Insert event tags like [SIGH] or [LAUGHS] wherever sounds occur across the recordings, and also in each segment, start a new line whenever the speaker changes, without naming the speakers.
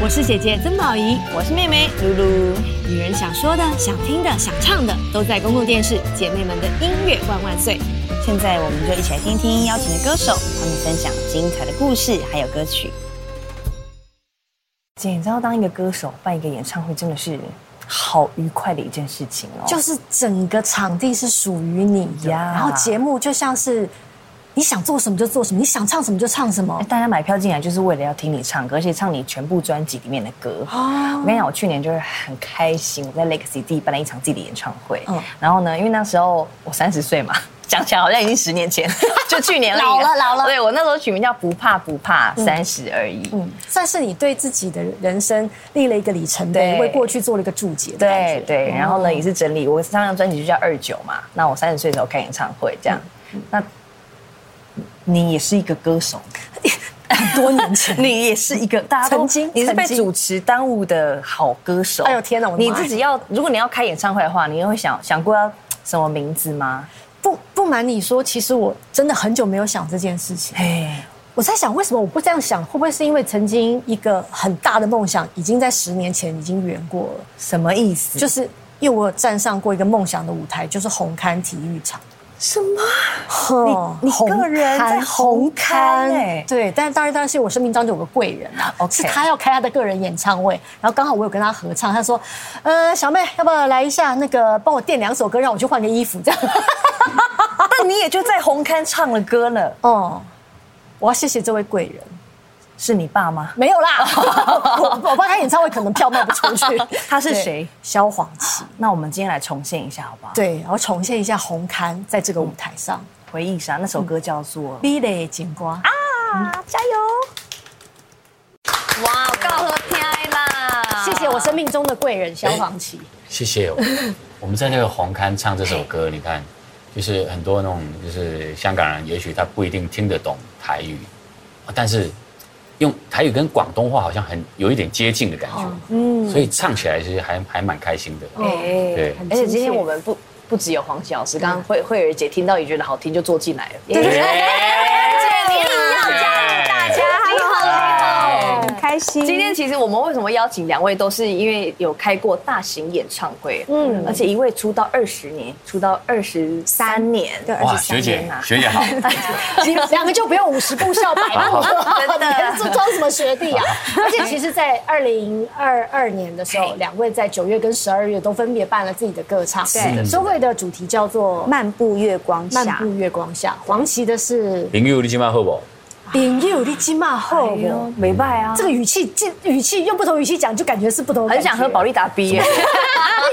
我是姐姐曾宝仪，
我是妹妹露露。
女人想说的、想听的、想唱的，都在公共电视。姐妹们的音乐万万岁！
现在我们就一起来听听邀请的歌手，他们分享精彩的故事还有歌曲。
姐，你知道当一个歌手办一个演唱会真的是好愉快的一件事情哦。
就是整个场地是属于你的，
呀
然后节目就像是你想做什么就做什么，你想唱什么就唱什么
哎。大家买票进来就是为了要听你唱歌，而且唱你全部专辑里面的
[GASPS]
歌。哦
哦
我跟你讲，我去年就是很开心，我在 Legacy 自己办了一场自己的演唱会。
嗯
然后呢，因为那时候我三十岁嘛，讲起来好像已经十年前， [LAUGHS] 就去年而已啊
老了老了
对我那时候取名叫不怕不怕三十而已。
嗯，算是你对自己的人生立了一个里程碑，
对
为过去做了一个注解的感觉。哦
对对，然后呢也是整理，我上张专辑就叫二九嘛，那我三十岁的时候开演唱会这样。那你也是一个歌手，
多年前
[LAUGHS] 你也是一个大家都
曾经
你是被
曾经
主持耽误的好歌手。
哎呦天哪我的
你
妈呀
自己要，如果你要开演唱会的话，你会想想过要什么名字吗？
不不瞒你说，其实我真的很久没有想这件事情。
哎，
我在想，为什么我不这样想？会不会是因为曾经一个很大的梦想，已经在十年前已经圆过了？
什么意思？
就是是因为我有站上过一个梦想的舞台，就是红磡体育场。哦
什么？
哼
你个人在红磡欸
对，但当然当然是我生命当中有个贵人啊
OK
是他要开他的个人演唱会，然后刚好我有跟他合唱，他说，呃，小妹要不要来一下那个帮我垫两首歌，让我去换个衣服这样。
[LAUGHS] 但你也就在红磡唱了歌了，
哦，我要谢谢这位贵人，
是你爸吗？
没有啦，我我怕他演唱会可能票卖不出去。
他是
对
谁？
萧煌奇。
那我们今天来重现一下好不好？，
对，然后重现一下红磡在这个舞台上，
回忆杀那首歌叫做
美丽的景观。
哇，够好
啊
听啦！
谢谢我生命中的贵人萧煌奇。
谢谢 [LAUGHS] 哦。我们在那个红磡唱这首歌，你看，就是很多那种就是香港人，也许他不一定听得懂台语，啊但是用台语跟广东话好像很有一点接近的感觉，嗯，哦所以唱起来其实还还蛮开心的。 [LAUGHS]
哎
对，
而且今天我们不不只有黄喜老师，刚刚慧慧儿姐听到也觉得好听，就坐进来了。
对你要加入大家，你好了，你好。
很开心
今天其实我们为什么邀请两位，都是因为有开过大型演唱会，嗯，而且一位出道二十年，出道二十三年，对
哇，学姐，学姐好， [LAUGHS]
你们两个就不用五十步笑百步了，
真的
你们是装什么学弟啊？而且其实，在二零二二年的时候，两位在九月跟十二月都分别办了自己的歌唱，对，周慧的主题叫做《
漫步月光下，
漫步月光下》，黄旗的是
林佑，你今晚好不？
《朋友你今嘛好》，
哎
没拜啊
这个语气，这语气用不同语气讲，就感觉是不同的感
很
觉。
想喝保利达 B [LAUGHS] 耶，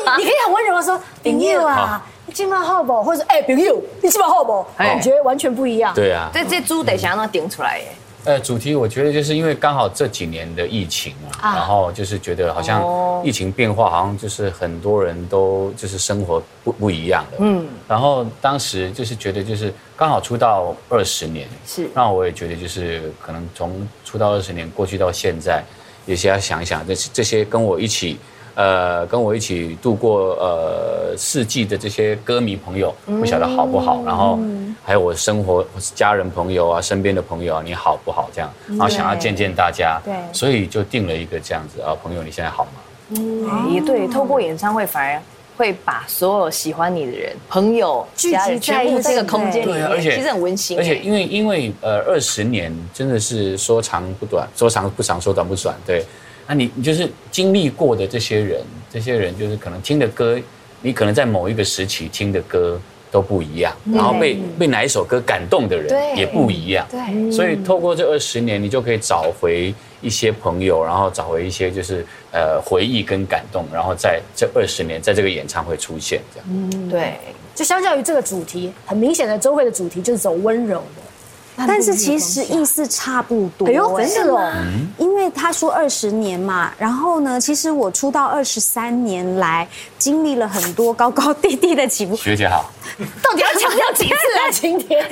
啊你你可以很温柔的说 [LAUGHS] “朋友啊，你今嘛好不好？”或者“哎，朋友，你今嘛好不好？”
哎
感觉完全不一样。
对啊，
这这猪得想要让它顶出来耶，
呃，主题我觉得就是因为刚好这几年的疫情啊，哦然后就是觉得好像疫情变化，好像就是很多人都就是生活不不一样了。嗯，然后当时就是觉得就是刚好出道二十年，
是
那我也觉得就是可能从出道二十年过去到现在，也是要想一想这这些跟我一起。呃，跟我一起度过呃世纪的这些歌迷朋友，不晓得好不好？然后还有我生活家人朋友啊，身边的朋友啊，你好不好？这样，然后想要见见大家，对，所以就定了一个这样子啊，朋友你现在好吗？
哎也对，透过演唱会反而会把所有喜欢你的人、朋友、
聚集
家
在
人全部这个空间里
对
面，
啊而且
其实很温馨耶，
而且因为因为呃二十年真的是说长不短，说长不长，说短不短，对。那你你就是经历过的这些人，这些人就是可能听的歌，你可能在某一个时期听的歌都不一样，然后被被哪一首歌感动的人也不一样，对。所以透过这二十年，你就可以找回一些朋友，然后找回一些就是呃回忆跟感动，然后在这二十年在这个演唱会出现这样。
嗯对。
就相较于这个主题，很明显的周慧的主题就是走温柔的，
但是其实意思差不多、嗯
哎呦，真的哦，
因为他说二十年嘛，然后呢，其实我出道二十三年来，经历了很多高高低低的起伏，
学姐好，
到 [LAUGHS] [LAUGHS] 底要强调几次啊？今天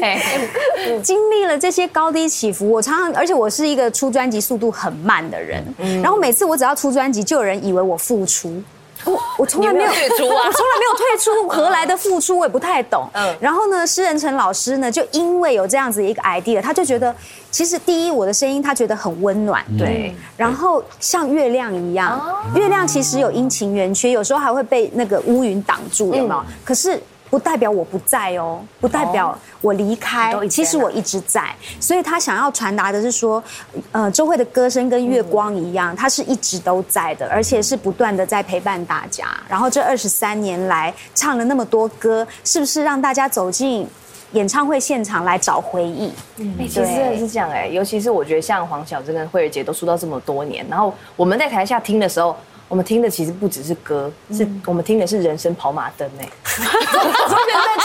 经历了这些高低起伏，我常常，而且我是一个
嗯
出专辑速度很慢的人，然后每次我只要出专辑，就有人以为我复出。我我从来没有
你没有退出啊
我从来没有退出，何来的付出我也不太懂。嗯
嗯，
然后呢，施仁成老师呢，就因为有这样子一个 idea，他就觉得，其实第一我的声音他觉得很温暖，嗯
对，嗯
然后像月亮一样，月亮其实有阴晴圆缺，有时候还会被那个乌云挡住，有没
嗯
有？可是。不代表我不在哦，不代表我离开
你都，一直
哦其实
在那
我一直在。所以他想要传达的是说，呃，周慧的歌声跟月光一样，它是一直都在的，而且是不断的在陪伴大家。然后这二十三年来唱了那么多歌，是不是让大家走进演唱会现场来找回忆？
哎、其实
对
真的是这样哎、尤其是我觉得像黄小珍跟慧儿姐都出道这么多年，然后我们在台下听的时候，我们听的其实不只是歌，是我们听的是人生跑马灯哎、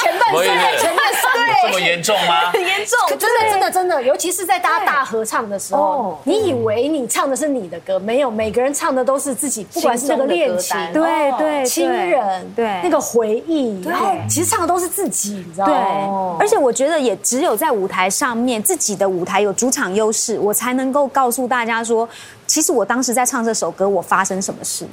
前半
我以
生
为
前半 [LAUGHS] 生
这么严重吗？
很严重，
真的真的真的，尤其是在大家大合唱的时候
哦，
你以为你唱的是你的歌，没有，每个人唱的都是自己，不管是那个恋情
心中的歌单。
对
哦
对，
亲
对
人，
对
那个回忆，然后其实唱的都是自己，你知道
对
吗？，
哦而且我觉得也只有在舞台上面，自己的舞台有主场优势，我才能够告诉大家说，其实我当时在唱这首歌，我发生什么事。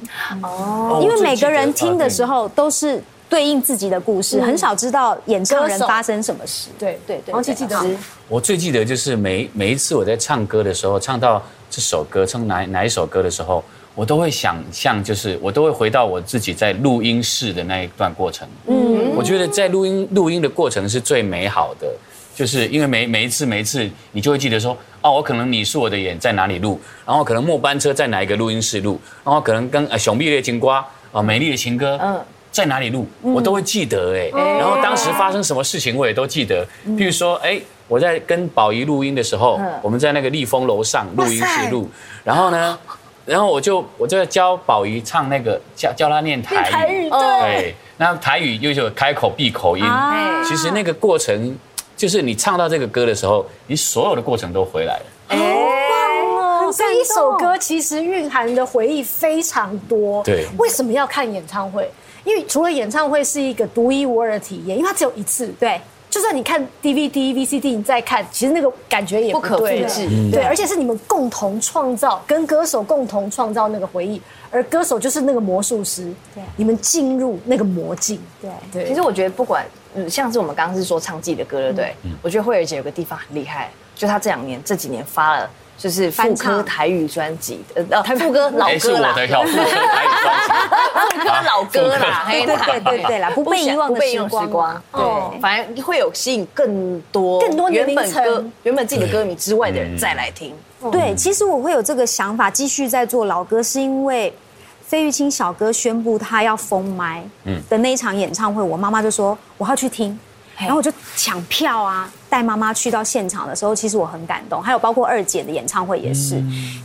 哦
因为每个人听的时，
我
候都是对应自己的故事，很少知道演唱人发生什么事。
对
对对对
王琦记得吗
是
我最记得就是每每一次我在唱歌的时候，唱到这首歌，唱哪哪一首歌的时候，我都会想象，就是我都会回到我自己在录音室的那一段过程。嗯，我觉得在录音录音的过程是最美好的，就是因为每每一次每一次，你就会记得说，哦，我可能你是我的眼在哪里录，然后可能末班车在哪一个录音室录，然后可能跟呃熊臂烈情瓜啊美丽的情歌，嗯
嗯。
在哪里录，我都会记得哎、然后当时发生什么事情我也都记得，譬如说哎、我在跟宝仪录音的时候，我们在那个立丰楼上录音室录，然后呢，然后我就我就教宝仪唱那个教教他念台语，
台语
对，哎那台语又有开口闭口音，
啊
其实那个过程就是你唱到这个歌的时候，你所有的过程都回来了。
哎
哦所以一首歌其实蕴含的回忆非常多。
对
为什么要看演唱会？因为除了演唱会是一个独一无二的体验，因为它只有一次。
对，
就算你看 DVD、VCD，你再看，其实那个感觉也
不可复
对
制
对，而且是你们共同创造，跟歌手共同创造那个回忆，而歌手就是那个魔术师，对，你们进入那个魔镜，对对。
其实我觉得不管，嗯，像是我们刚刚是说唱自己的歌，对不
嗯
对？我觉得慧儿姐有个地方很厉害，就她这两年这几年发了。就是副歌台语专辑，呃，呃副歌老
哎，是
歌
我
啦，
的要副歌台语专
[LAUGHS]
辑。
副歌老歌啦，
副
嘿
对对对对啦不被遗忘的
不被遗忘
时光哦
对，反正会有吸引更多
更多年龄
原本歌
层
原本自己的歌迷之外的
嗯
人再来听，
对，其实我会有这个想法，继续在做老歌，是因为费玉清小哥宣布他要封麦的那一场演唱会，我妈妈就说我要去听，然后我就抢票啊，带妈妈去到现场的时候，其实我很感动。还有包括二姐的演唱会也是，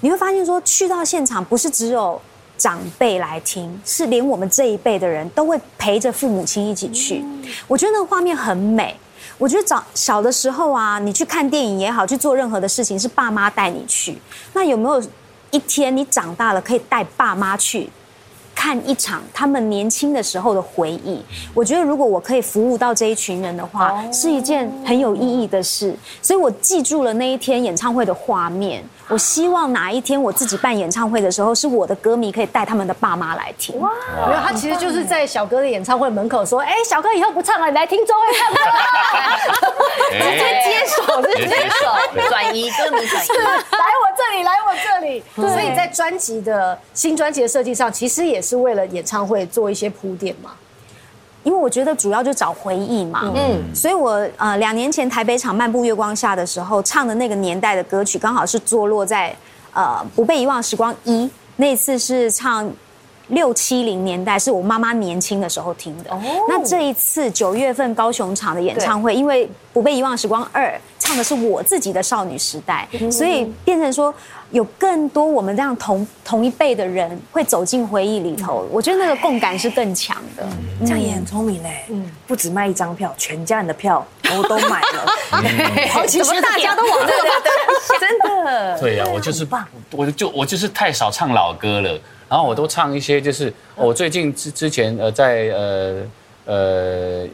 你会发现说去到现场不是只有。长辈来听，是连我们这一辈的人都会陪着父母亲一起去。我觉得那个画面很美。我觉得早小的时候啊，你去看电影也好，去做任何的事情，是爸妈带你去。那有没有一天你长大了可以带爸妈去看一场他们年轻的时候的回忆？我觉得如果我可以服务到这一群人的话，是一件很有意义的事。所以我记住了那一天演唱会的画面。我希望哪一天我自己办演唱会的时候，是我的歌迷可以带他们的爸妈来听。
没有，他其实就是在小哥的演唱会门口说：“哎，小哥以后不唱了，你来听周慧唱歌。[LAUGHS]
[LAUGHS]
哎
接手直接手转移歌迷转移，
[LAUGHS] 来我这里，来我这里。”所以在专辑的新专辑的设计上，其实也是为了演唱会做一些铺垫嘛。
因为我觉得主要就找回忆嘛，嗯，所以我呃两年前台北场漫步月光下的时候唱的那个年代的歌曲，刚好是坐落在呃不被遗忘的时光一，那次是唱六七零年代，是我妈妈年轻的时候听的。那这一次九月份高雄场的演唱会，因为不被遗忘的时光二唱的是我自己的少女时代，所以变成说有更多我们这样同同一辈的人会走进回忆里头，我觉得那个共感是更强的。
这样也很聪明嘞。嗯，不止卖一张票，全家人的票我都买了。
好，其实大家都往这个对，真的
对呀、我就是我就我就是太少唱老歌了，然后我都唱一些就是、哦我最近之之前呃在呃呃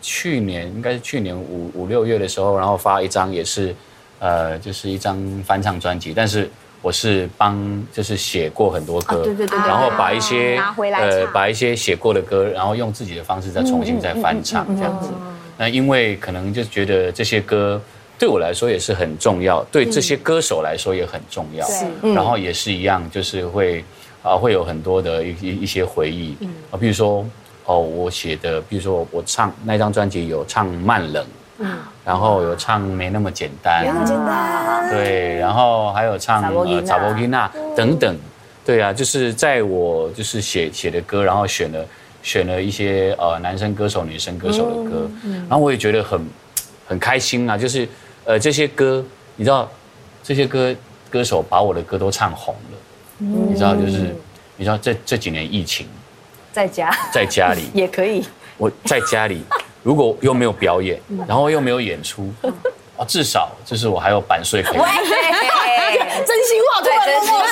去年应该是去年五五六月的时候，然后发一张也是呃就是一张翻唱专辑，但是我是帮就是写过很多歌，
对对对对
然后把一些呃
拿回来唱
把一些写过的歌，然后用自己的方式再重新再翻唱这样子。那因为可能就觉得这些歌对我来说也是很重要，对这些歌手来说也很重要，然后也是一样，就是会啊会有很多的一一一些回忆啊，比如说哦我写的，比如说我唱那张专辑有唱慢冷，然后有唱没那么简单，对，然后还有唱呃
查某囡仔
查波吉娜等等，对啊，就是在我就是写写的歌，然后选了选了一些呃男生歌手、女生歌手的歌，然后我也觉得很很开心啊，就是呃这些歌，你知道这些歌歌手把我的歌都唱红了，你知道就是你知道这这几年疫情
在家
在家里，
[LAUGHS] 也可以，
我在家里如果又没有表演，然后又没有演出，啊至少就是我还有版税可以拿。
[LAUGHS] 真心话突然默默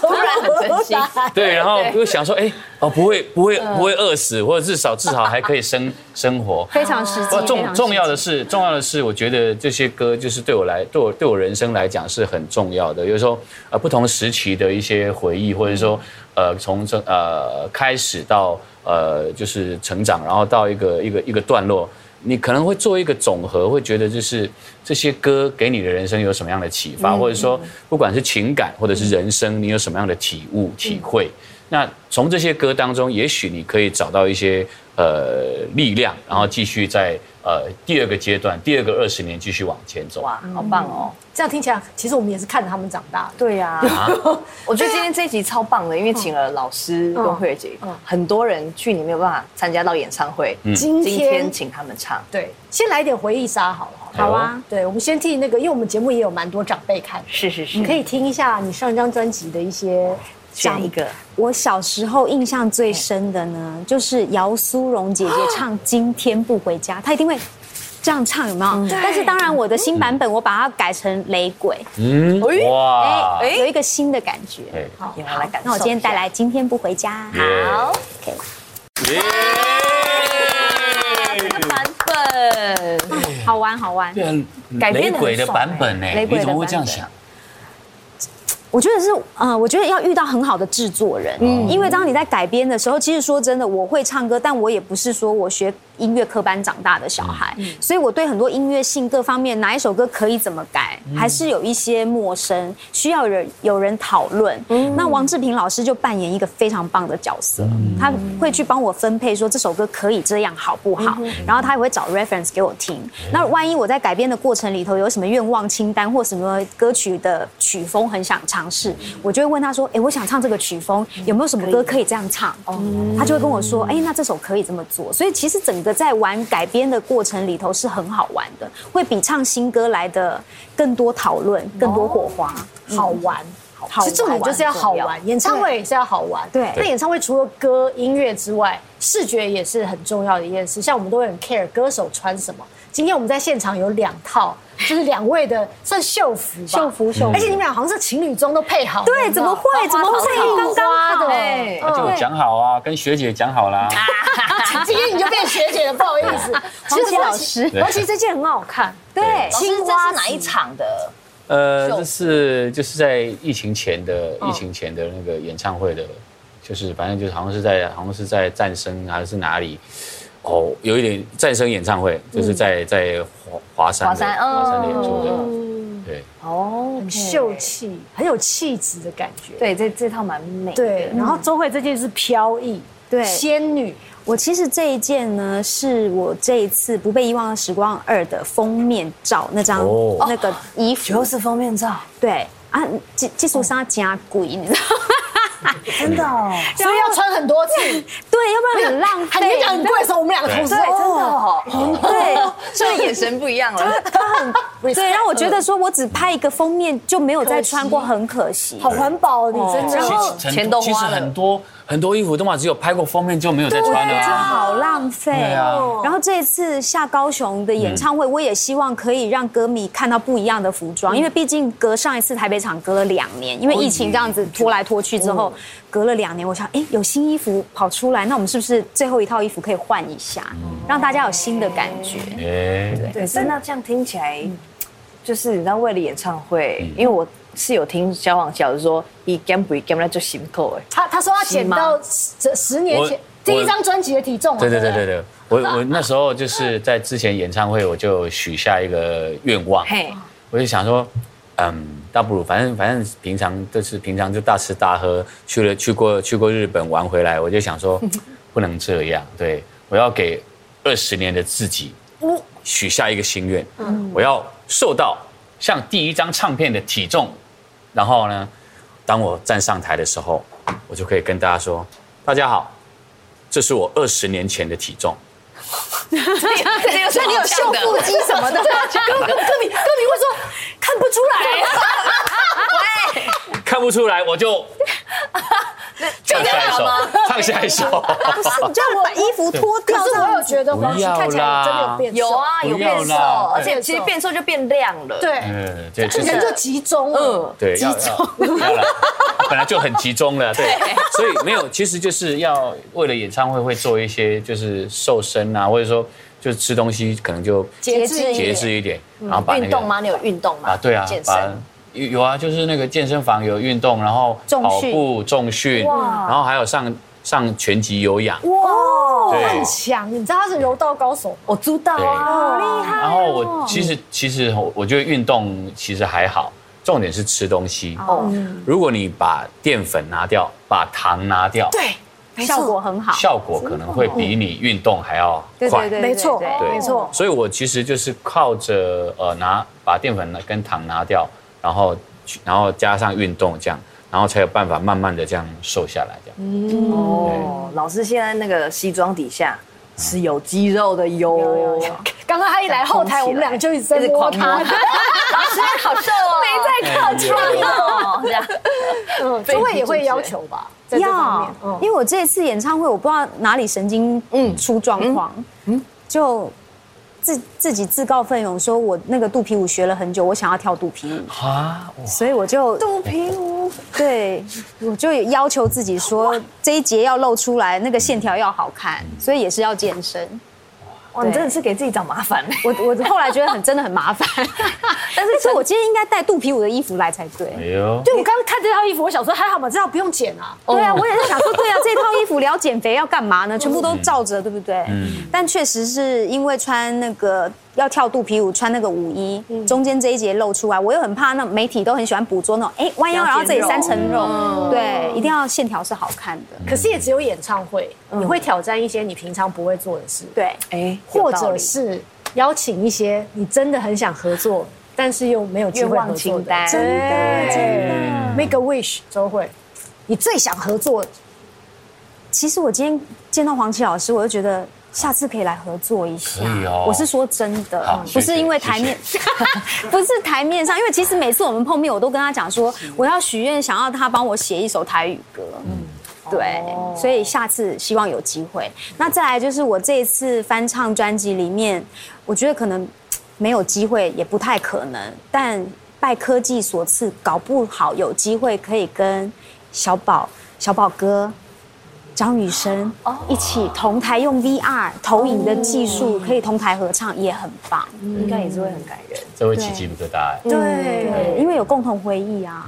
突然很真心，
[LAUGHS] 对，然后就想说，哎、哦，不会，不会，不会饿死，或者至少至少还可以生生活。
非常实际。
不，
非
重
常
重要的是，重要的是，我觉得这些歌就是对我来，对我对我人生来讲是很重要的。有时候，呃，不同时期的一些回忆，或者说，呃，从这呃开始到呃就是成长，然后到一个一个一个段落，你可能会做一个总和，会觉得就是这些歌给你的人生有什么样的启发，或者说不管是情感或者是人生，你有什么样的体悟体会。那从这些歌当中，也许你可以找到一些呃力量，然后继续在呃第二个阶段、第二个二十年继续往前走。
哇，好棒哦！
这样听起来，其实我们也是看着他们长大的。
[LAUGHS] 对啊呀、我觉得今天这一集超棒的，因为请了老师跟慧儿姐，很多人去你没有办法参加到演唱会，
今
今
天
天请他们唱，
对，先来一点回忆杀好了。
好啊，
对，我们先听那个，因为我们节目也有蛮多长辈看，
是是是，
你可以听一下你上一张专辑的一些
选一个
我小时候印象最深的呢，就是姚苏荣姐姐唱《今天不回家》，她一定会这样唱，有没
嗯
有？但是当然，我的新版本我把它改成雷鬼，
嗯，哇，
嗯
哎，有一个新的感觉。
哎
也来感受。
那我今天带来《今天不回家》，
好
，OK。
版本，
好玩好玩。
对啊，
改
雷
编得很哎
鬼的版本呢？
雷鬼的版
你
本
怎么会这样想？
我觉得是，呃，我觉得要遇到很好的制作人，因为当你在改编的时候，其实说真的，我会唱歌，但我也不是说我学音乐科班长大的小孩，所以我对很多音乐性各方面，哪一首歌可以怎么改，还是有一些陌生，需要有人有人讨论。那王志平老师就扮演一个非常棒的角色，他会去帮我分配说这首歌可以这样好不好，然后他也会找 reference 给我听。那万一我在改编的过程里头有什么愿望清单或什么歌曲的曲风很想尝试，我就会问他说：“哎，我想唱这个曲风，有没有什么歌可以这样唱？”哦，他就会跟我说：“哎，那这首可以这么做。”所以其实整个在玩改编的过程里头是很好玩的，会比唱新歌来的更多讨论、更多火花。
哦好玩。
嗯好
其实重点就是要好
玩
玩，演唱会也是要好玩。
对
那演唱会除了歌、音乐之外，视觉也是很重要的一件事。像我们都会很 care 歌手穿什么。今天我们在现场有两套，就是两位的算秀服吧，
秀服秀服
而且你们俩好像是情侣装都配好了，
对，
你知
怎
道
么会？怎么会刚刚好？ [LAUGHS]
对
啊就我讲好啊，跟学姐讲好啦。
今天你就变学姐了，不好意思。其实老师，而且这件很好看，
对，
老师这是哪一场的？
呃，
秀
这是就是在疫情前的
哦
疫情前的那个演唱会的，就是反正就是好像是在好像是在战生还是哪里，哦，有一点战生演唱会，就是在在华华山
嗯
的
华山哦
华山演出的，对，
哦，
很秀气，很有气质的感觉。
对，这这套蛮美。，
对，然后周慧这件是飘逸，
对
仙女，
我其实这一件呢，是我这一次《不被遗忘的时光二》的封面照那张、
哦
那个衣服，
就是封面照，
对啊，技技术上加贵，你知道吗？
真的哦，
所以要穿很多次，
对，要不然
[LAUGHS]
很浪
很你
费。
讲很贵的时候，我们两个同时
对，真的哦， [LAUGHS]
对
所以眼神不一样了。
对，让我觉得说我只拍一个封面就没有再穿过，很可惜
好。环保哦，你真的。
其
然
实
后
很
钱都
其实
花了
很多很多衣服都嘛只有拍过封面就没有再穿了
就
啊。
好浪费
对啊。
然后这次下高雄的演唱会，我也希望可以让歌迷看到不一样的服装，
嗯
因为毕竟隔上一次台北场隔了两年，因为疫情这样子拖来拖去之后，
嗯
隔了两年，我想，哎，有新衣服跑出来，那我们是不是最后一套衣服可以换一下，让大家有新的感觉？
哎，
嗯嗯对，所以那这样听起来，就是你知道，为了演唱会，因为我是有听小王小子说，一 game 不 game 那就辛苦哎。
他他说他减到十十年前
我
第一张专辑的体重嘛，
对对
不
对对对，我我那时候就是在之前演唱会，我就许下一个愿望，
嘿，
我就想说，嗯，倒不如反正反正平常就是平常就大吃大喝，去了去过去过日本玩回来，我就想说，不能这样，对我要给二十年的自己许下一个心愿，我要瘦到像第一张唱片的体重，然后呢，当我站上台的时候，我就可以跟大家说，大家好，这是我二十年前的体重。
所以你有
胸腹肌什么的，歌歌歌迷歌迷会说看不出来，
看不出来，我就唱下一首，唱下一首。
不是，你叫我把衣服脱掉
可
这
是我
样
有
子。
觉得黄
不
绮
要啦
看起来真的有变瘦，
有啊，有
不要
变瘦，
啦
而且其实变瘦就变亮了。，
对，
嗯，对，
这人就集中了，
对，集中，要啦本来就很集中了，对，所以没有，其实就是要为了演唱会会做一些就是瘦身啊，或者说就是吃东西可能就
节制一
节
点。
制一点，然后把那
运动
个
吗？你有运动吗？
啊，对啊
健，身
把。有有啊，就是那个健身房有运动，然后
重
跑
训
步、重训，然后还有上上拳击、有氧，
哇，
对
很强！你知道他是柔道高手吗？
我知道
啊
啊，
然后我其实其实我我觉得运动其实还好，重点是吃东西。
哦，
如果你把淀粉拿掉，把糖拿掉，
对，
效果很好，
效果可能会比你运动还要
对
快
对。对，
没错，
对
对
没错。
所以我其实就是靠着呃拿把淀粉跟糖拿掉，然后去然后加上运动这样，然后才有办法慢慢的这样瘦下来这样。
哦，老师现在那个西装底下是有肌肉的哟，
刚刚他一来后台，我们俩就一直在
哦一直
摸
狂摸
他，
老师 [LAUGHS] 好瘦哦，没
靠近
哦，这样
嗯周慧也会要求吧，
哎
在这方面
要，，
嗯
因为我这一次演唱会，我不知道哪里神经嗯出状况，
嗯
就自自己自告奋勇说，我那个肚皮舞学了很久，我想要跳肚皮舞，
啊，哇
所以我就
肚皮舞，
对，我就要求自己说这一节要露出来，那个线条要好看，
嗯
所以也是要健身。
哇，你真的是给自己找麻烦嘞。
我我后来觉得很真的
[LAUGHS]
很麻烦，但是说我今天应该带肚皮舞的衣服来才对。
哎呦，
对我刚刚看这套衣服，我想说还好嘛，这套不用剪啊，
哦
对啊，我也在想说，对啊，这套衣服你要减肥要干嘛呢？全部都罩着，对不对？但确实是因为穿那个要跳肚皮舞，穿那个舞衣，中间这一节露出来，我又很怕那媒体都很喜欢捕捉那种，哎，弯腰然后这里三层肉，对，一定要线条是好看的，
可是也只有演唱会，
嗯
你会挑战一些你平常不会做的事，
对。
[LAUGHS] 哎，
或者是邀请一些你真的很想合作，但是又没有机
愿
会
望
合作
清
的。
单，
对，Make a wish，周慧，你最想合作的
其实我今天见到黄琦老师，我就觉得下次可以来合作一下。
可以哦
我是说真的
好，谢
不
谢
是因为台面， [LAUGHS] 不是台面上，因为其实每次我们碰面，我都跟他讲说，我要许愿，想要他帮我写一首台语歌。对，所以下次希望有机会。那再来就是我这一次翻唱专辑里面，我觉得可能没有机会，也不太可能，但拜科技所赐，搞不好有机会可以跟小宝、小宝哥。张雨生一起同台用 VR 投影的技术，可以同台合唱，也很棒。
应该也是会很感人。
这会起鸡皮疙瘩哎。
对，因为有共同回忆啊。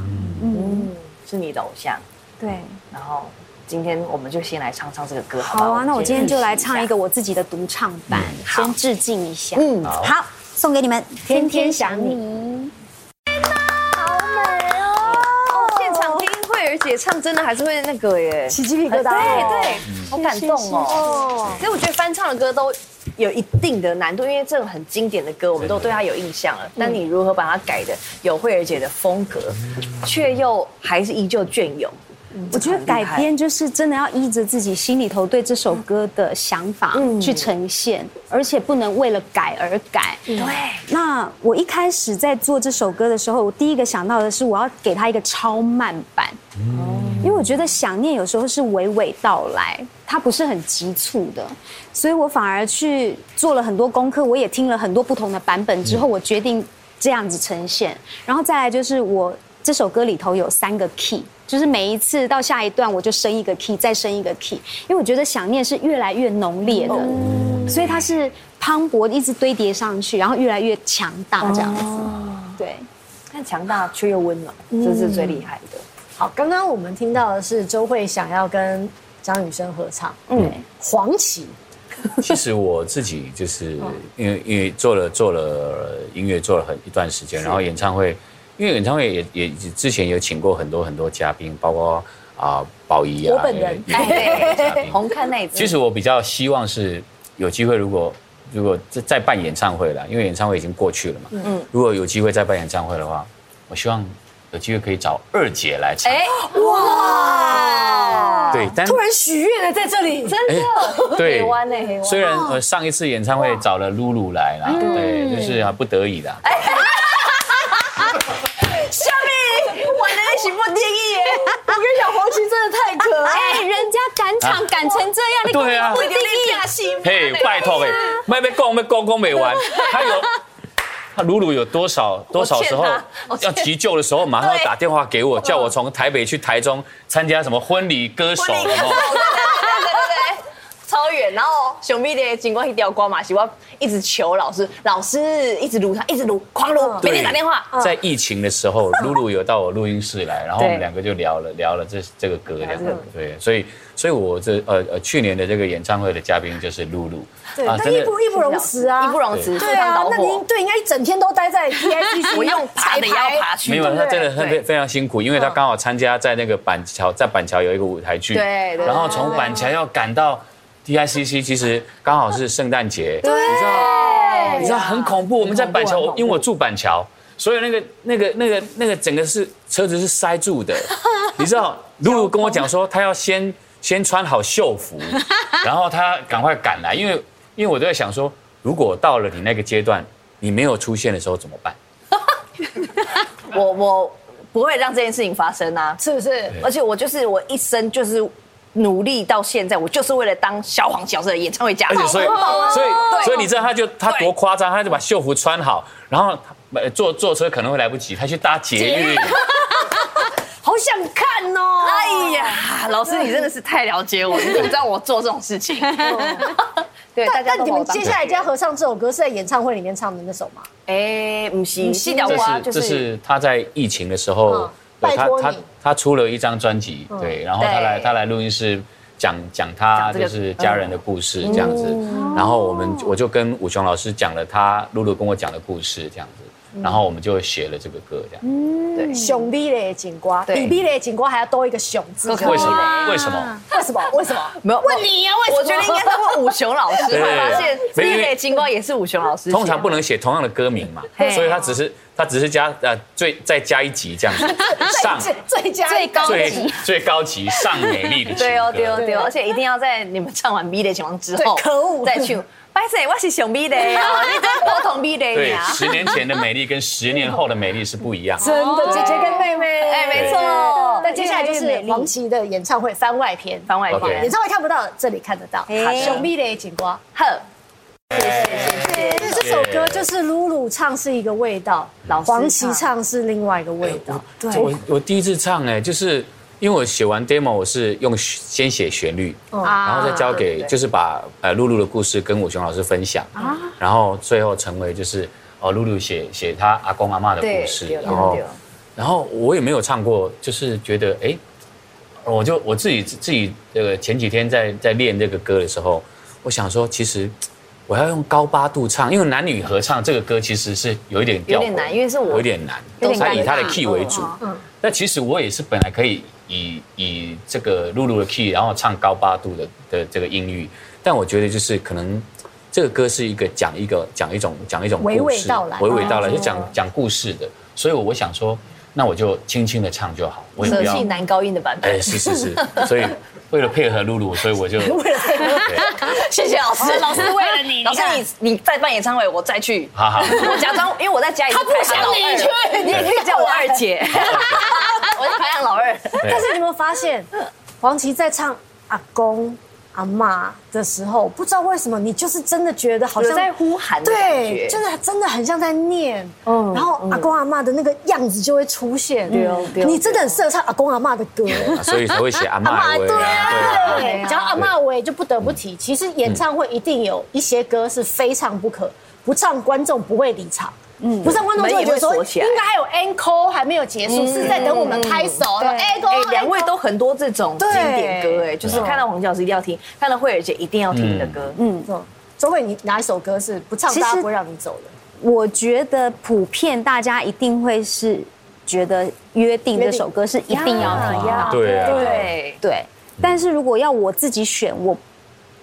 是你的偶像，
对，
然后今天我们就先来唱唱这个歌，好不
好啊，那我今天就来唱一
个。
个我自己的独唱版，
嗯
先致敬一下。嗯，
好
好，送给你们，
天天想你，
哦
哦
现场听慧儿姐唱，真的还是会那个耶，
起鸡皮疙瘩
对
哦
对，好感动哦。所以我觉得翻唱的歌都有一定的难度，因为这种很经典的歌，我们都对它有印象
嗯
了。但你如何把它改的有慧儿姐的风格，
嗯
却又还是依旧隽永？
我觉得改编就是真的要依着自己心里头对这首歌的想法
嗯
去呈现，而且不能为了改而改。
嗯
对。
嗯
那我一开始在做这首歌的时候，我第一个想到的是我要给它一个超慢版，因为我觉得想念有时候是娓娓道来，它不是很急促的，所以我反而去做了很多功课，我也听了很多不同的版本之后，我决定这样子呈现。然后再来就是我这首歌里头有三个 key，就是每一次到下一段我就升一个 key，再升一个 key，因为我觉得想念是越来越浓烈的，所以它是磅礴一直堆叠上去，然后越来越强大这样子。对，
那但强大却又温暖，
嗯
这是最厉害的。
好，刚刚我们听到的是周慧想要跟张雨生合唱，嗯，黄芪，
其实我自己就是因为因为做了做了音乐做了很一段时间，然后演唱会，因为演唱会也也也之前有请过很多很多嘉宾，包括啊宝仪啊，
我本人
也也有嘉宾
红看那一
其
次，
实我比较希望是有机会，如果如果再再办演唱会了，因为演唱会已经过去了嘛。嗯。如果有机会再办演唱会的话，我希望有机会可以找二姐来唱。
哎，
对，但
突然许愿了在这里，真
哎，对
黑湾呢黑湾哦
虽然呃上一次演唱会找了露露来啦，
嗯
对，就是啊不得已的。
哎玩的那行不定
[LAUGHS]
义耶！我跟你讲，黄芪真的太可爱，
哎，人家赶场赶成这样，你
对啊
根本不定义啊，西
嘿，拜托
啊
哎，卖被供被供供没完，他有。他鲁鲁有多少多少时候
我欠他我欠嗯
要急救的时候，马上要打电话给我，叫我从台北去台中参加什么婚礼歌手，
婚礼歌手
有没有
对对对对，超远。然后熊咪的警官一条瓜马西瓜，一直求老师，老师一直撸他，一直撸，狂撸，每天打电话。
在疫情的时候，露露有到我录音室来，然后我们
嗯对
两个就聊了聊了这这个歌，这样对，所以所以我这呃呃去年的这个演唱会的嘉宾就是露露，啊
对，但义不义不容辞啊，
义不容辞，
对
赴汤
啊
蹈，
那您
火。
对应该一整天都待在 TICC，
[LAUGHS] 我用爬的也要爬去，
没有，
对不
他
对
真的很非
对嗯
非常辛苦，因为他刚好参加在那个板桥，在板桥有一个舞台剧，
对对
然后从板桥要赶到 DICC，其实刚好是圣诞节，对，你知道，你知道哦很恐怖，我们在板桥，因为我住板桥，所以那个那个那个那个整个是车子是塞住 [LAUGHS] 的，你知道，露露跟我讲说，她要先先穿好秀服， [LAUGHS] 然后她赶快赶来，因为因为我都在想说，如果到了你那个阶段，你没有出现的时候怎么办？
我我不会让这件事情发生啊，
是不是？
而且我就是我一生就是努力到现在，我就是为了当小黄小生的演唱会嘉哦
而
宾
且。所以所以所以你知道他就他多夸张，他就把秀服穿好，然后呃坐坐车可能会来不及，他去搭捷 [LAUGHS] 运。
好想看哦！
哎呀，老师你真的是太了解我，你怎么知道我做这种事
[LAUGHS]
情？对，大
但
家
但
都
你
把我
们
当
接下来就要合唱这首歌是在演唱会里面唱的那首吗？
哎，不是，细
这
条瓜
是
就
这
是
是他在疫情的时候
嗯，
对
拜
他
托
他
你
他出了一张专辑，对，然后他
嗯对
来他来录音室讲讲
讲
他
这个嗯哦
就是家人的故事这样子，然后我们我就跟武雄老师讲了他露露跟我讲的故事这样
嗯
子，然后我们就写了这个歌这样。
熊逼嘞警瓜，
对
比逼嘞警瓜还要多一个熊字，
为什么？为什么？
为什么？为什
[LAUGHS]
么？
没有问你呀？我觉得应该是问武雄老师，
[LAUGHS] 对
会发现
没因为
这类金光也是武雄老师。
通常不。能写同样的歌名嘛，
嘿
所以他只是他只是加呃最再加一级这
[LAUGHS]
样子，上
最最佳
最高
最最高级上美丽的情歌
对哦，对哦，对哦，而且一定要在你们唱完 B 的情况之后，
对可恶
再去。白色，我是熊 B 的哦，你真沟通 B 的
对
呀，。
十年前的美丽跟十年后的美丽是不一样的。
真的姐姐跟妹妹，
哦哎，没错。
那接下来就是黄芪的演唱会番外篇，
番外
OK
篇
演，唱会看不到，这里看得到。
哎
熊逼嘞警瓜，
呵，
这首歌就是露露唱是一个味道，
老师
黄芪唱是另外一个味
哎
道。
对，我我第一次唱哎，就是因为我写完 demo，我是用先写旋律，
哦
然后再交
啊
给就是把呃露露的故事跟武雄老师分享，然后最后成为就是哦露露写写她阿公阿妈的故事，然后然后我也没有唱过，就是觉得哎，我就我自己自己这个前几天在在练这个歌的时候，我想说其实。我要用高八度唱，因为男女合唱这个歌其实是有一点
有
吊诡
点难因为是我
有点难，
有点
它
尴尬
以
哦
他的 key 为主。那其实我也是本来可以以以这个露露的 key，然后唱高八度的的这个音域，但我觉得就是可能这个歌是一个讲一个讲一种讲一种
娓娓
故事
道来
娓娓道来就讲讲故事的，所以我想说，那我就轻轻的唱就好，我也
舍
不要
弃男高音的版本。
哎，是是是，所以为了配合露露，所以我就
[LAUGHS] 谢谢老师，哦老师为了 [LAUGHS]
你
老师
你
你你再办演唱会，我再去。
哈哈。
我假装，因为我在家里他不想
你
去，你也可以叫我二姐， [LAUGHS] 我是排行老二。
对
但是你有没有发现，黄芪在唱阿公阿妈的时候，不知道为什么，你就是真的觉得好像
有在呼喊的感
对，
觉嗯
就是真的很像在念，然后阿公阿妈的那个样子就会出现。
哦
你真的很适合唱阿公阿妈的歌。
啊所以才会写阿妈
啊，
为
对啊，嗯
啊，
对，讲到阿妈我也就不得不提，其实演唱会一定有一些歌是非唱不可，不唱观众不会离场。嗯，不是观众就会觉得说
门也会锁起来
应该还有 encore 还没有结束，是在等我们拍手了。哎，
哎，两位都很多这种经典歌，
对
哎，就是看到黄老师一定要听，看到慧儿姐一定要听的歌。嗯，
嗯周慧，你哪一首歌是不唱
其实
大家不会让你走的？
我觉得普遍大家一定会是觉得约定这首歌是一定要听到
呀
的，
对啊
对，
对。但是如果要我自己选，我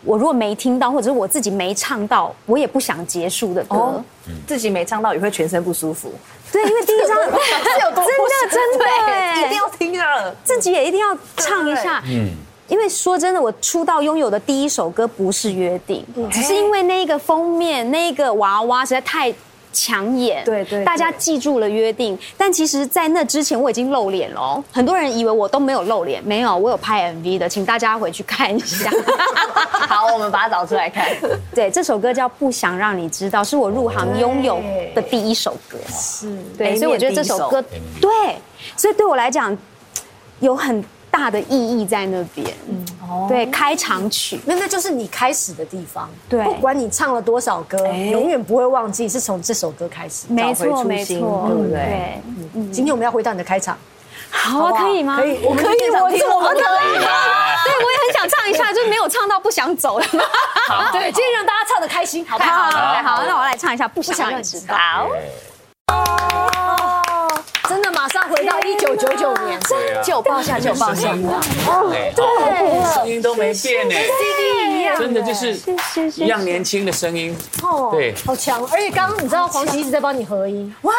我如果没听到，或者是我自己没唱到，我也不想结束的歌。
哦，自己没唱到也会全身不舒服，
对，因为第一 [LAUGHS] 张
是有多不舒服
真的真的
对
哎
一定要听啊了。
自己也一定要唱一下。嗯，因为说真的，我出道拥有的第一首歌不是《约定》，
嗯
只是因为那个封面那个娃娃实在太。抢眼，
对对对
大家记住了约定。但其实，在那之前我已经露脸了哦，很多人以为我都没有露脸，没有，我有拍 MV 的，请大家回去看
[LAUGHS]
一下。
好，我们把它找出来看。
对，这首歌叫《不想让你知道》，是我入行拥有的第一首歌。对，所以我觉得这首歌，对，所以对我来讲有很大的意义在那边。
嗯
对，开场曲，
那那就是你开始的地方。
对
不管你唱了多少歌，永远不会忘记是从这首歌开始。
没
回
错
初
没
心
错，
对不对
对？
今天我们要回到你的开场，
好啊，可以吗？
可以，我们可以，我这么可
哎
以
[LAUGHS] 对，我也很想唱一下，就是没有唱到不想走了。 [LAUGHS]
啊？对，今天让大家唱的开心，好不
太好了，
好？
太好了，那我来唱一下《不想让你知道》。
好，
哎
真的马上回到一九九九年，
啊
就抱下就抱下。
对，哎声音都没变呢，真的就是一样年轻的声音。对，
好强！而且刚刚你知道黄琦一直在帮你合音，哇，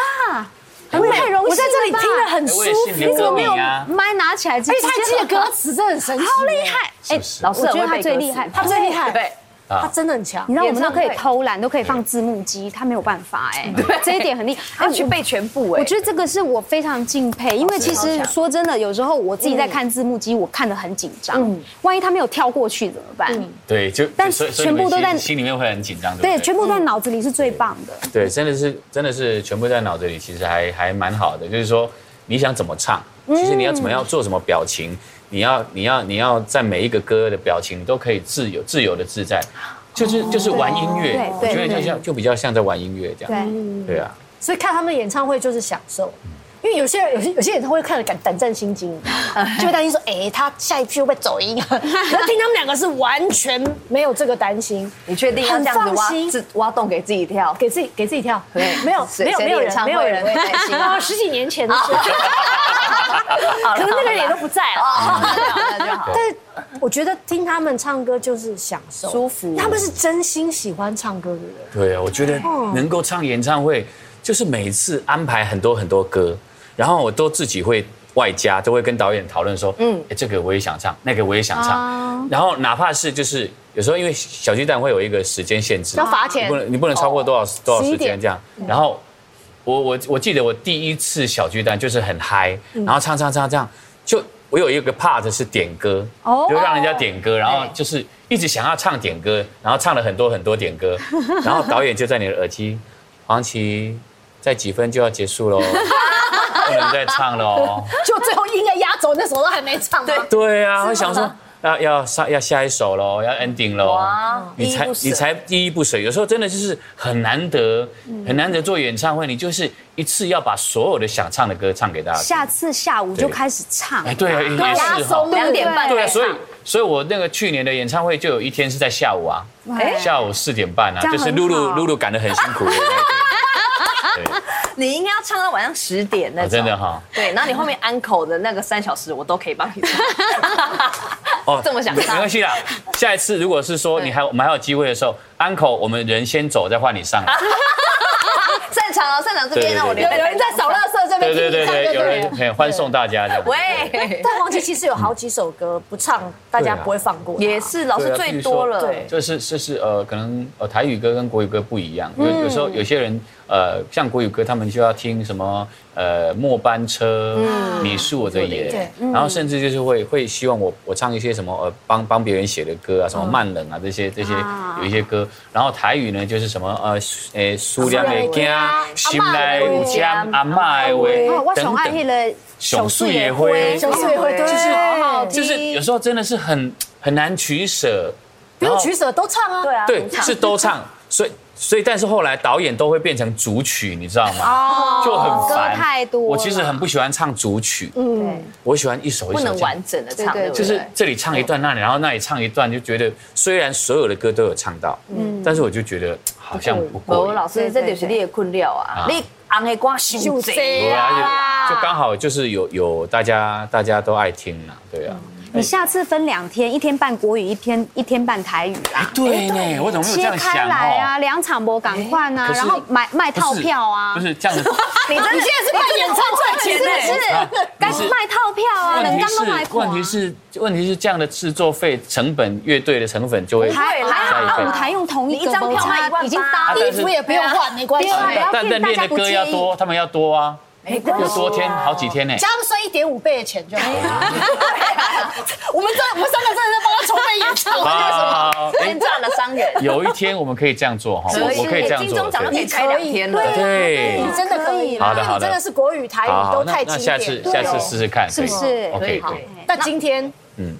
哎
我也太荣
幸
我在这里听得很哎舒
哎我也是
服，
牛歌迷啊。
麦拿起来，
而
而
且他记得歌词真的很神奇，好厉害！
哎，
老师
我觉
很会
得他
背
最
歌
厉
词
害
他最厉害，
对，
他真的很强
你。知道我们都可以
演唱会
偷懒，都可以放字幕机，他没有办法哎，这一点很厉害。
他
哎
去
我
背全部哎。
我觉得这个是我非常敬佩，因为其实说真的，有时候我自己在
嗯
看字幕机，我看得很紧张，万一他没有跳过去怎么办？
对，就
但
所以所以
全部
你们
都在
心心里面会很紧张，对
对，
嗯不对
全部在脑子里是最棒的。
对，真的是真的是全部在脑子里，其实还还蛮好的。就是说，你想怎么唱，其实你要怎么样做什么表情，你要你要你要在每一个歌的表情，你都可以自由自由的自在，就是就是玩音乐，我
对对
觉得就
对
像就比较像在玩音乐这样。
对，
对啊，
所以看他们演唱会就是享受。因为有些人有些有些演唱会看了胆胆战心惊，就会担心说，哎、他下一句会不会走音啊？可是听他们两个是完全没有这个担心，
你确定要这样子
很
挖
放心
自挖洞给自己跳？
给自己给自己跳，
对
没有
谁
没有
谁
没有
演唱
人
会
没有人
我也担心
啊，十几年前的事，
好
可能那个人也都不在啊了。
[LAUGHS] 好那就好那就 [LAUGHS] 好。
但是我觉得听他们唱歌就是享受，
舒服
他们是真心喜欢唱歌的人，
对啊，我觉得能够唱演唱会，就是每次安排很多很多歌，然后我都自己会外加，都会跟导演讨论说，嗯，这个我也想唱，那个我也想唱，然后哪怕是就是有时候因为小巨蛋会有一个时间限制，
要罚钱
你不能你不能超过多少多少时
11点
间这样，然后。我我我记得我第一次小巨蛋就是很嗨，然后唱唱唱唱，就我有一个 part 是点歌，就让人家点歌，然后就是一直想要唱点歌，然后唱了很多很多点歌，然后导演就在你的耳机，黄琦，在几分就要结束喽，不能再唱了哦。
就最后应该压轴那首都还没唱吗？
对啊，我想说要要上要下一首喽，要 ending 喽
哇。
你才
依依不舍
你才依依不舍，有时候真的就是很难得，很难得做演唱会，你就是一次要把所有的想唱的歌唱给大家听。
下次下午就开始唱
哎，，对啊，也
压
是哈
松。
两点半
对
开
啊，
始
所以所以我那个去年的演唱会就有一天是在下午啊，
哎
下午四点半啊，
这样
就是
很
露露
好
露露赶得很辛苦的那一天。对
你应该要唱到晚上十点那
哦
种。
真的哈
对，然后你后面安口的那个三小时，我都可以帮你 [LAUGHS] 唱。
哦
这么想
没
唱
关系啦。下一次如果是说你还我们还有机会的时候，uncle 我们人先走，再换你上来。
擅长啊，擅长这边，
对对
那我
对
留
有有人
[LAUGHS]
在扫垃圾这边
对对
听
对
你唱
对，
就
有
对
人
了。
很欢送大家这样。
喂，
但黄琦其实有好几首歌不唱，大家不会放过。
也是老师
对啊
最多了。
对
这是这是呃，可能呃台语歌跟国语歌不一样，有有时候有些人呃，像国语歌他们就要听什么呃末班车，你是我的眼，然后甚至就是会会希望我我唱一些什么呃帮帮别人写的歌啊，什么慢冷啊这些这些有一些歌，然后台语呢就是什么呃诶思念
思
的
念的
歌
家，
心内有家，阿嬷的
哦
话
我
等
想爱迄
等，
个
熊树也
会
会，
小时候也会对，
就是
好
就是有时候真的是很很难取舍，
不
然
用
后
取舍都唱啊。对啊，
[LAUGHS] 对，是都唱，所以所以但是后来导演都会变成主曲，你知道吗？就很烦，
歌太多了
我其实很不喜欢唱主曲，
对，
我喜欢一首一
不
首
能
这样
完整的唱，
对对
对不
就
对？
是这里唱一段，那啊里然后那里唱一段，就觉得虽然所有的歌都有唱到，嗯，但是我就觉得好像不
某
过
位
瘾。
哦老师，这就是你的困扰
啊
啊！你红的歌
就
伤
这
贼，
对
样，
啊，就就刚好就是有有大家大家都爱听啦，对啊。
你下次分两天，一天半国语，一天一天半台语啊，
哎对呢，我怎么没有这
切
样
开
想
来啊，
哦？
两场播赶快啊，
可是
然后买卖套票啊
不，是这样子，
你真的你现在是办演唱会
钱呢
是不是？该
啊你是
卖套票啊，
问
能
题
刚都买
是
过啊
问题是问题是这样的制作费成本，乐队的成本就会
还
对啦
还好，
对
啊舞台用同一
你一张
个
票
包
卖一万八
已经搭了
啊
衣服也不用换，没关系
对。啊，不要
但但
骗大
练
家
的
不
歌
介
要
意。
多，他们要多啊，要多天好几天呢。
加算一点五倍的钱就好。我们这我们三个真的在帮他筹备演唱会，
[LAUGHS]
好，哎
先赚了商人，
有一天我们可以这样做哈，我我可以
哎
这样
金
做
钟，奖都可以开两天了。
对。
你真的可以
哎好
啦，因
的
为
好
你
的
真的是国语台语都太
那
经
那
典。
下次
对
下
哦
次试试看，
是不是
可以？OK，
可以
可以。
那今天
嗯
嗯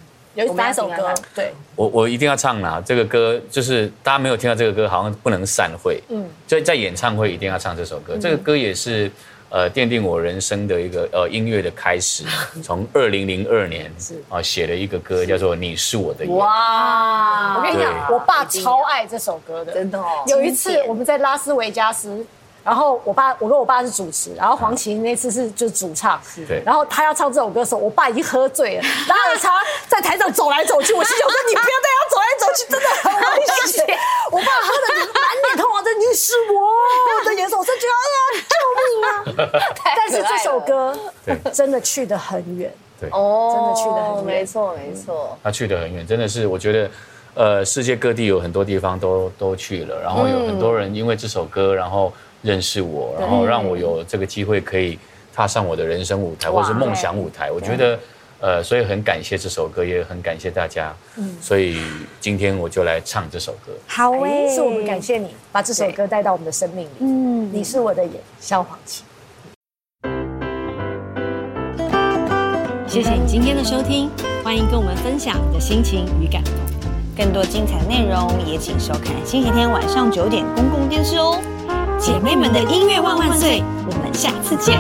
有哪首歌？对，
我我一定要唱啦，这个歌就是大家没有听到这个歌，好像不能散会。嗯，所以在演唱会一定要唱这首歌。这个歌也是呃奠定我人生的一个呃音乐的开始。从二零零二年啊写了一个歌叫做《你是我的眼》。
哇！
我跟你讲，
对
我爸超爱这首歌的，
真的哦
有一次我们在拉斯维加斯。然后我爸，我跟我爸是主持，然后黄绮那次是就是主唱
对，
然后他要唱这首歌的时候，我爸已经喝醉了，拉着他在台上走来走去，我心想说你不要带他走来走去，真的很危险。我爸喝的满脸通红，这你是我的眼神，我真觉得啊救命啊！但是这首歌
对
真的去得很远，
对，
哦
真的去得很远
没错没错。
他去得很远，真的是我觉得，呃，世界各地有很多地方都都去了，然后有很多人因为这首歌，然后认识我，然后让我有这个机会可以踏上我的人生舞台，或是梦想舞台。我觉得，呃，所以很感谢这首歌，也很感谢大家。所以今天我就来唱这首歌。
好哎，
是我们感谢你把这首歌带到我们的生命里。嗯，你是我的眼，萧煌奇。
[LAUGHS] 谢谢你今天的收听，欢迎跟我们分享你的心情与感动。
更多精彩内容也请收看星期天晚上九点公共电视哦。
姐妹们的音乐万万岁，我们下次见。